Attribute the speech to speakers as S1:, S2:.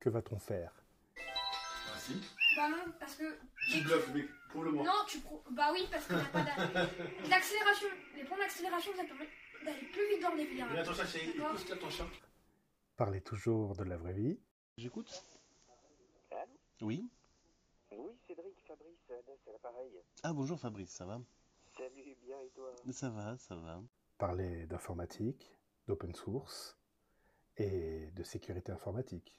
S1: Que va-t-on faire
S2: Ah si
S3: Bah non, parce que.
S2: Tu bluffes, mec, prouve-le-moi.
S3: Non, tu. pro- Bah oui, parce qu'il n'y a pas d'a- d'accélération. Les points d'accélération, ça permet d'aller plus vite dans les hein.
S2: Mais
S3: virages.
S2: attends, ça, c'est. Écoute ce qu'il y a ton chat.
S1: Parler toujours de la vraie vie.
S4: J'écoute
S5: Allô
S4: Oui.
S5: Oui, Cédric, Fabrice, Anna, c'est l'appareil.
S4: Ah bonjour Fabrice, ça va
S5: Salut, bien et toi
S4: Ça va, ça va.
S1: Parler d'informatique, d'open source et de sécurité informatique.